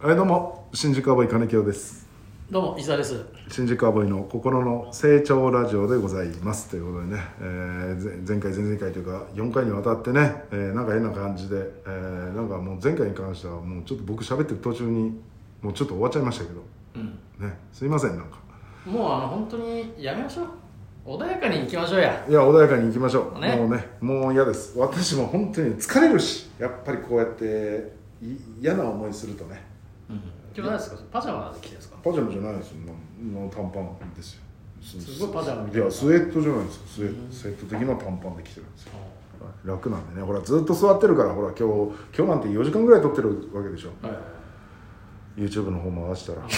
はい、どうも新宿アボイ金城ですどうも石田です。新宿アボイの心の成長ラジオでございますということでね、えーぜ前回前々回というか4回にわたってね、えーなんか変な感じで、えーなんかもう前回に関してはもうちょっと僕喋ってる途中にもうちょっと終わっちゃいましたけどうん、ねすいませんなんかもうあの本当にやめましょう。穏やかに行きましょうや。いや穏やかに行きましょう、ねもうねもう嫌です私も本当に疲れるしやっぱりこうやってい嫌な思いするとね今日何ですか。パジャマで来てですか。パジャマじゃないですよ、なな短パンですよすすごいパジャマみたいいなやスウェットじゃないですよスウェッうんトスウェット的な短パンで着てるんですよ楽なんでねほらずっと座ってるからほら今日今日なんて4時間ぐらい撮ってるわけでしょはい。 YouTube の方回したらね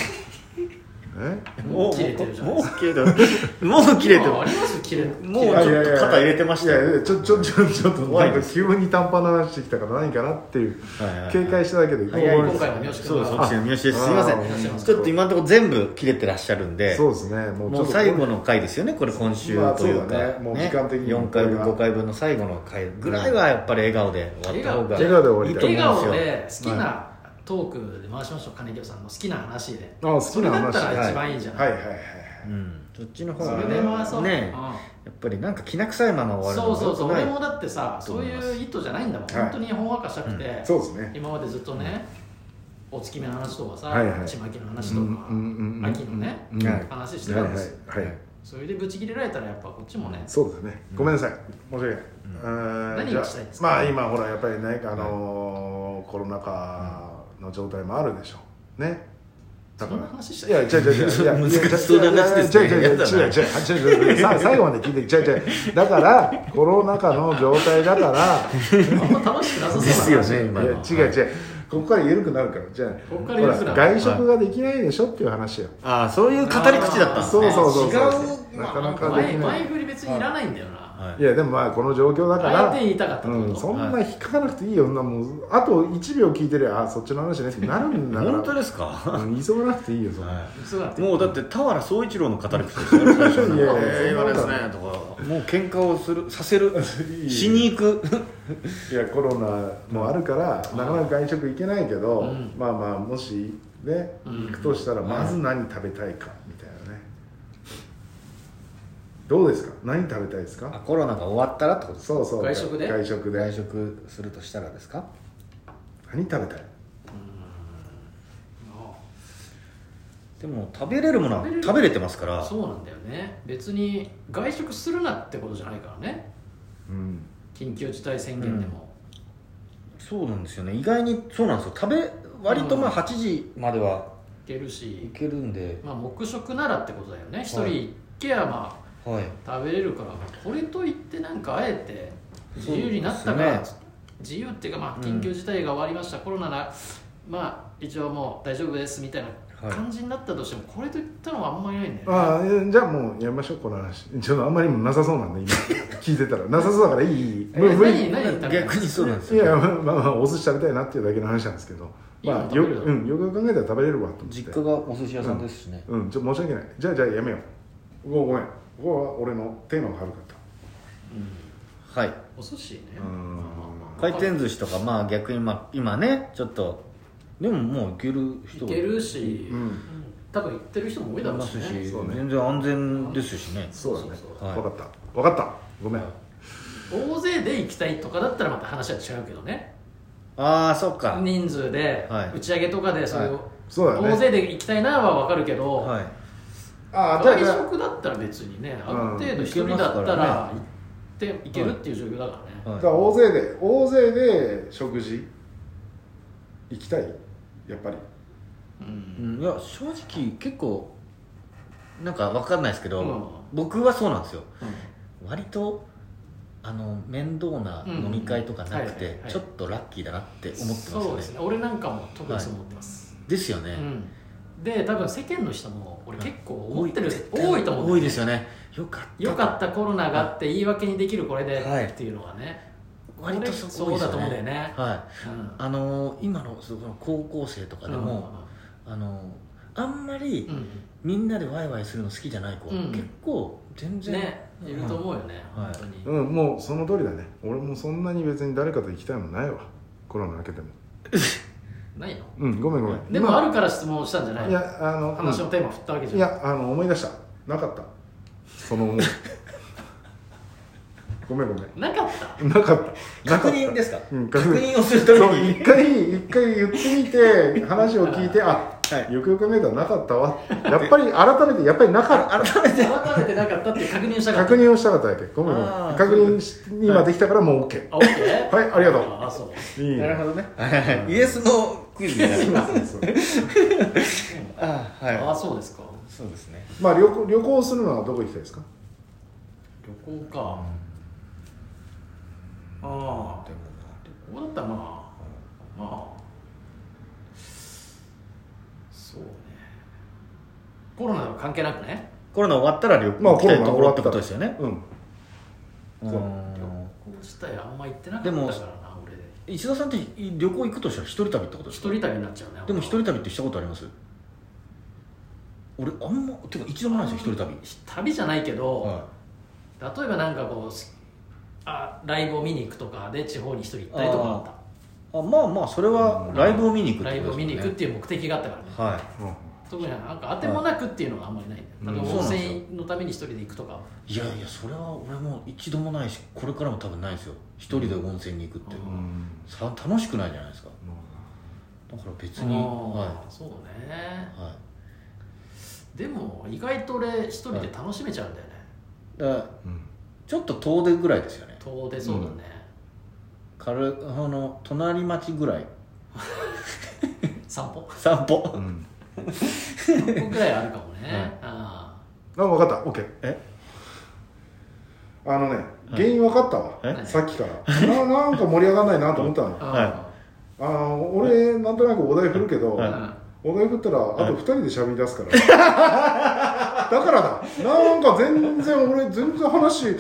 もう切れてるじゃないですか。もう切れてるもう切れてるあります切れ。もうちょっといやいやいや肩入れてましたいよやいやちょちょちょちょっと怖ないんかです急に短パンの話してきたから何かなっていうはいはいはい警戒しただけで早いもう今回も三好そう君ですが私の三好ですすいませあーんちょっと今のところ全部切れてらっしゃるんでそうですねもうちょもっとう最後の回ですよねこれ今週まあというそうだかねもう時間的にも4回分5回分の最後の回ぐらいはやっぱり笑顔で終わった方が笑顔で終いいわとり笑思うん顔ですよで好きなトークで回しましょう。金城さんの好きな話で。あ好そきれなだ話ったら一はい番いいんじゃな。はいいはいはいうんそっちの方そがれで回そう。ねうんやっぱりなんかきな臭いまま終わるそのうそうそう。良くな俺いもだってさ、そういう意図じゃないんだもん。はい本当にほんわかしたくて。そうですね今までずっとね、お月見の話とかさ、はいはいちまきの話とか、うんうんうん秋のね、うんはい話してはたいんですよ、はいはいそれでブチ切れられたらやっぱこっちもね、そうですね。ごめんなさい。申し訳ない。うん何がしたいんですかまあ今ほらやっぱりねあのーコロナ禍の状態もあるでしょう。ね。だそかんなら。話しいたや、ら違う違う 違う。いや難しそうな話ですねいやいや違う違う違う違う違う違う違う違う違うさ最後まで聞いて、違う違う。だから、コロナ禍の状態だから、あんま楽しくなさそうですよな話ねい今やの違う違う。ここから緩くなるから、じゃあ、ここからほ緩らくなる外食ができないでしょっていう話よ。ああそういう語り口だったんですそうねそうそうそう違うなかなかできない前前振り別にいらないんだよな、はいいや、でもまあこの状況だから。あえて言いたかったってこと、うん、そんな引っかかなくていいよ、女もうあと1秒聞いてりゃあそっちの話ねってなるんだから本当ですかうん急がなくていいよそんな、は嘘だっいてもうだって田原総一郎の語り口ですよ最初のいやいやえそんなことー今ですはなねとかもう喧嘩をするさせ るいいしに行くいやコロナもあるから、なかなか外食行けないけど、うんまあまあもしね、うん行くとしたらまず何食べたいかみたいなね、どうですか何食べたいです あかコロナが終わったらってことですかそうそう外食で外食で外食するとしたらですか何食べたいでも食べれるものは食べれる食べれてますかあらそうなんだよね別に外食するなってことじゃないからねうん緊急事態宣言でも、そうなんですよね意外にそうなんですよ食べ割とまあうん8時まではいけるいしけるんで、まあ黙食ならってことだよね一人はい行けばまあはい食べれるからこれといってなんかあえて自由になったかそうら、です自由っていうかまうあん緊急事態が終わりました、コロナなまあ一応もう大丈夫ですみたいなはい感じになったとしても、これといったのはあんまりないんだよねああえじゃあもうやめましょうこの話ちょっとあんまりもなさそうなん で今聞いてたらなさそうだからいいいいえ無理何何食べる逆にそうなんですいやよまあまあまあお寿司食べたいなっていうだけの話なんですけどいいのまあ食べよ,、るだろうん、よく考えたら食べれるわと思って実家がお寿司屋さんですしね、うんちょ申し訳ないじゃあじゃあやめようごごめんここは俺のテーマが悪かったはいお寿司ねうんまあまあまあ回転寿司とかまあ逆にまあ今ねちょっとでももういける人いけるし、うん多分行ってる人も多いいだろうましすねしそうね全然安全ですしねそうだねそうそうはい分かった分かったごめん、大勢で行きたいとかだったらまた話は違うけどねああそっか人数で、はい打ち上げとかでそういう、そうだね大勢で行きたいなは分かるけど、はいああじゃあ外じゃあ食だったら別にねあうるん程度一人だったら行っていけるっていう状況だからね、だから大勢で大勢で食事行きたいやっぱりうんうんいや正直結構なんかわかんないですけど、うん僕はそうなんですよ割とあの面倒な飲み会とかなくうんはいてはいはいちょっとラッキーだなって思ってますよねそうですね俺なんかも特にそう思ってます、ですよね、うん、で多分世間の人も俺結構思ってる絶対多いと思うんだ多よねいですよねよかったよかったコロナがあって言い訳にできるこれではいっていうのはね、割とそこそうだと思うんだよね、はいうんあの今のその高校生とかでも、あのあんまりうん、みんなでワイワイするの好きじゃない子、うん結構全然、ねいると思うよね、はい本当に、うんもうその通りだね俺もそんなに別に誰かと行きたいもんないわコロナ明けてもないのうんごめんごめんでも今あるから質問したんじゃないいのやあの話のテーマ振ったわけいじゃんやあの思い出したなかったその思い ごめんごめなかったんなかったなかっ確た認ですか、うん確確認認をするたそうめに一回一回言ってみて話を聞いてあ、はいよくよく見えたらなかったわやっぱり改めてやっぱりなかった改めて改めてなかったって確認したかった確認をしたかっただけごめんごめんあー確認し今できたからもう OK あ OK はいありがとうあそういいねどねイエスのクイズみたいなそうそうそうあーあはいそうですかそうですねまあ旅行旅行するのはどこ行きたいですか旅行かああ旅行でもだったらまあまあそうねコロナは関係なくねコロナ終わったら旅行まあ行きたいところってコこロとナ終わったらですよねうんそううん旅行自体あんま行ってなかったからな俺石田さんって旅行行くとしたら一人旅ってことで一すか人旅になっちゃうねでも一人旅ってしたことあります俺あんまてか一度もないですよ一人旅旅じゃないけど、は例えばなんかこうすあライブを見に行くとかで地方に一人行ったりとかあっいあまあまあそれはライブを見に行たくっライてブこをと見でに行すよくっねていう目的があったからねはいうん特になんか当てもなくっていうのがあんまりないね、はい例えばうん温そうなんですよ泉のために一人で行くとかいやいやそれは俺も一度もないしこれからも多分ないですよ一人で温泉に行くって、うんうんさ楽しくないじゃないですかだから別にあーはそういねはでも意外と俺一人で楽しめちゃうんだよね、いだからうんちょっと遠出ぐらいですよね遠出そうだね、軽あの隣町ぐらい散 歩散歩うん散歩ぐらいあるかもね、はいああ分かった OK えあのね原因分かったわえさっきからななんか盛り上がんないなと思ったーのああの俺なんとなくお題振るけど、ー、はいうんお題振ったらあと2人で喋り出すから、だからだなんか全然俺全然話振っ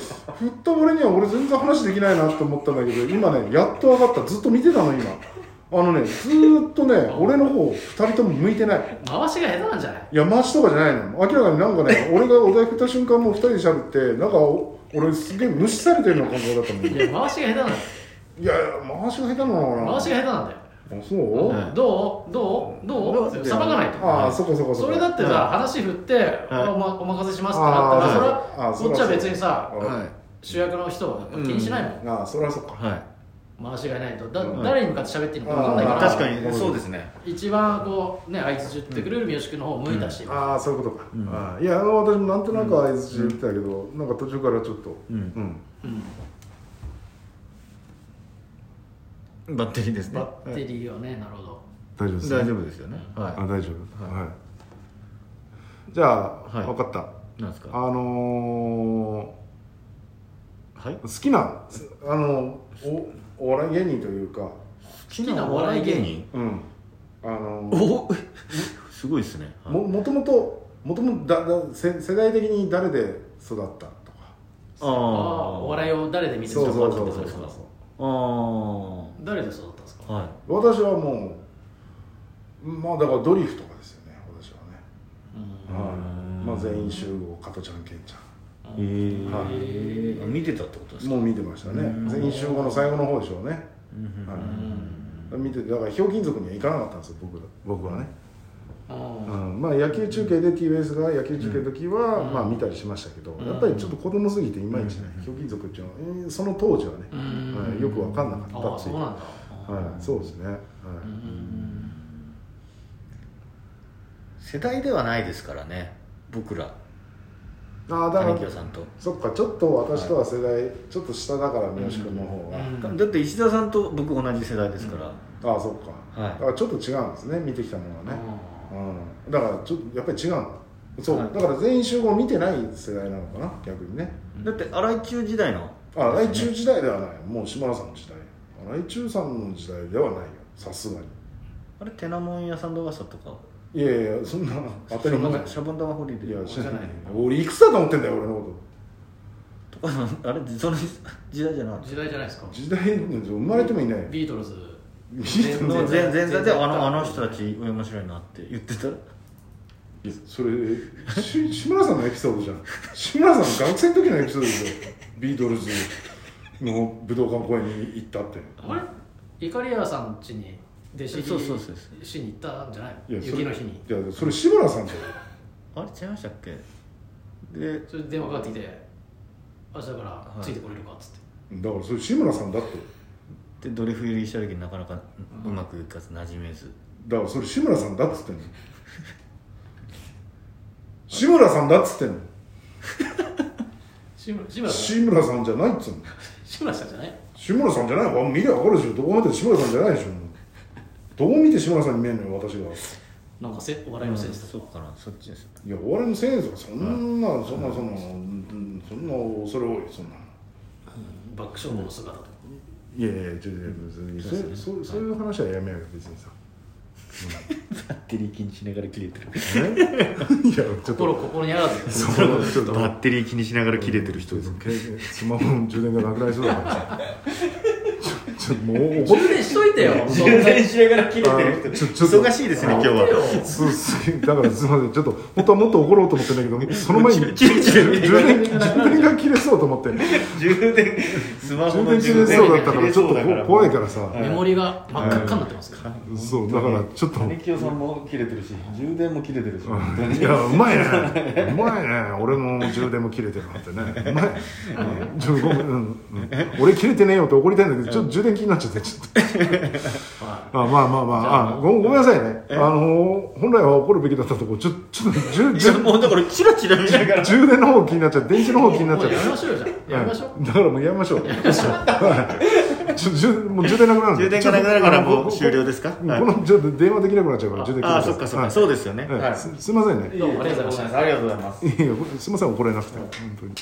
た俺には俺全然話できないなと思ったんだけど今ねやっと分かったずっと見てたの今あのねずーっとね俺の方2人とも向いてない回しが下手なんじゃないいや回しとかじゃないの明らかになんかね俺がお題振った瞬間もう2人で喋ってなんかお俺すげえ無視されてるような感覚だったもんいいや回しが下手なんだよやいや回しが下手なのかな回しが下手なんだよあそう、うんどうどうどうさばかないとああそこそこそこそれだってさ話振っておはいまお任せしますってなったらそれあーはそうこっちは別にさあはい主役の人は気にしないもんああそりゃそっかはい回しがいないとだうん誰に向かって喋っていいのか分かんないあかーら確かにそうですね一番こうね相槌打ってくれる三好君の方向いたしああそういうことか、うんああいや私もなんとなく合図してたけど、なんか途中からちょっとううんんうんバッテリーですねバッテリーはねなるほど大丈夫ですね大丈夫ですよねあは大丈夫は、はいじゃあ、はい分かったいなんですかあのはいー、好きなあのおお笑い芸人というか好きなお笑い芸人うんあのー、お すごいですねはいももともともともとだだ世世代的に誰で育ったとかあああお笑いをを誰で見せそるうのそうかそっうてそこうとそですうかあ誰で育ったんですかあはい私はもうまあだからドリフとかですよね私はねうんはい、まあ、全員集合加トちゃんケンちへえはい見てたってことでゃんすかもう見てましたねうん全員集合の最後の方でしょうね、うんうんはういん見ててだからひょうきん族には行かなかったんですよ僕ら僕はね、うんうんまあ、野球中継で TBS が野球中継の時は、うんまあ、見たりしましたけど、うんやっぱりちょっと子供すぎていまいちね、うんひょうきん族っていうのはえーその当時はね、うんはいよく分かんなかったああってそいううなんだはい、そうですね、はいうん世代ではないですからね僕らああだか金ら清さんとそっかちょっと私とは世代、ちょっと下だから三好君の方が、うんだって石田さんと僕同じ世代ですから、ああそっか、はいだからちょっと違うんですね見てきたものはね、うん、だからちょっとやっぱり違うのそう、はいだから全員集合見てない世代なのかな逆にねうんだって荒井中時代のあ来中時代ではないもう島田さんの時代来中さんの時代ではないよさすがにあれテナモン屋さんの噂とかいやいやそんな当たり前いシャボン玉ホリデやー知らない知らない俺いくつだと思ってんだよ俺のこととかのあれその時代じゃない時代じゃないですか時代生まれてもいないよビートルズビートルズの前前座前で座あのあの人たち面白いなって言ってたらいや それし志村さんのエピソードじゃん志村さんの学生の時のエピソードでしょビートルズの武道館公演に行ったってあれイカリアさん家に弟子入りそうそうそうしに行ったんじゃないいのやそれ雪の日にいやそれ志村さんじゃんあれ違いましたっけでそれで電話かかってきて明日からついてこれるかっつって、だからそれ志村さんだってでドリフ入りした時になかなかうまくいかず馴染めずだからそれ志村さんだっつってんの志村さんだっつってんの志村志村さん志村さんじゃないっつうの志村さんじゃない志村さんじゃないわ見りゃ分かるでしょどこまで志村さんじゃないでしょどう見て志村さんに見えんのよ私がなんかせお笑いのセンスそとうか、かなそっちですいやお笑いのセンスがそんな、そんなそんな、うんそんな恐れ多いそんなバックショーの姿とか、いやいやちょいや別にそそううですそねうそういう話はやめようよ別にさ、 バッテリー気にしながら切れてるね、 いやちょっと心心にあらずそうちょっとバッテリー気にしながら切れてる人 ですスマホの充電がなくなりそうだからちょちょもう怒っ充電しといてよそんな充電しながら切れてある人ちょちょっと忙しいですね今日はそうすだからすみませんちょっと本当はもっと怒ろうと思ってんだけどその前 に切れてる充電充電が切れそうと思って充電スマホ充の電切充れ電そうだったが切かられちょそっうとだからこ怖いからさメモリが真っ赤っかになってますけど、そうだからちょっと金清さんも切れてるし充電も切れてるし本当にいやうまいねうまいね俺も充電も切れてるなんてねう まい、うんちょごめんうんうん俺切れてねえよって怒りたいんだけどちょっと充電気になっちゃってちょっとはあまあまあまああごごめんなさいねあの本来は怒るべきだったとこちょちょっと充いや充もうだからチラチラ見ながら充電の方気になっちゃう電池のい方気になっちゃもうやめまうしょうよじゃあやめましょう、はいだからもうやめましょうはいちょ充もう充電なくなるんで充電がなくなるからちょっともう終了ですかこのちょっと電話できなくなっちゃうから充電切れちゃあうあそっかそっはかいそうですよねはいはいすすいませんねどうもありがとうございましたありがとうございますいやいやすみません怒られなくて本当に